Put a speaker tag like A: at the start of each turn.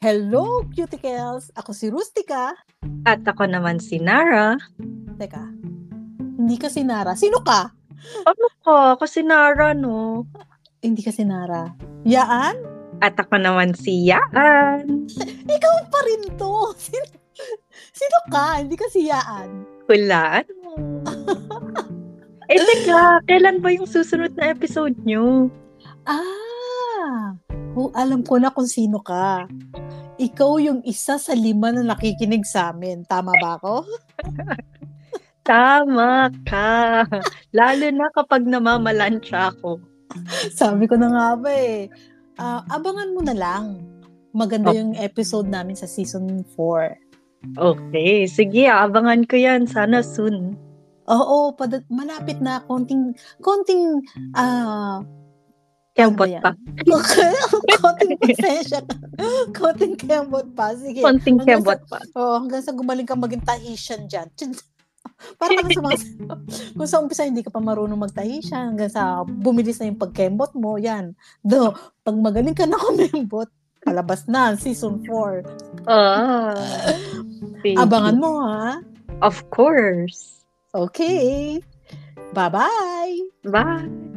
A: Hello, cuticles! Ako si Rustica.
B: At ako naman si Nara.
A: Teka, hindi ka si Nara. Sino ka?
B: Ano Ako, ako si Nara, no?
A: Eh, Hindi ka si Nara. Yaan?
B: At ako naman si Yaan.
A: Ikaw pa rin to! Sino, sino ka? Hindi ka si Yaan.
B: Hulaan mo. eh, teka, kailan ba yung susunod na episode nyo?
A: Ah! Oh, alam ko na kung sino ka. Ikaw yung isa sa lima na nakikinig sa amin. Tama ba ako?
B: Tama ka. Lalo na kapag namamalansya ako.
A: Sabi ko na nga ba eh. Ah, abangan mo na lang. Maganda yung episode namin sa season 4.
B: Okay, sige, abangan ko yan. Sana soon.
A: Oo, pada- malapit na konting konting ah
B: Kembot
A: yan?
B: pa.
A: konting pasensya. ka. konting kembot pa sige.
B: Konting
A: Hanggang
B: kembot pa.
A: Oo, hanggang sa gumaling ka maging Tahitian diyan. Para kasi sa mga kung sa umpisa hindi ka pa marunong mag-Tahitian hanggang sa bumilis na yung pagkembot mo, yan. Do, pag magaling ka na kumembot, palabas na season 4.
B: Ah. Thank
A: Abangan
B: you.
A: mo ha.
B: Of course.
A: Okay. Bye-bye.
B: Bye.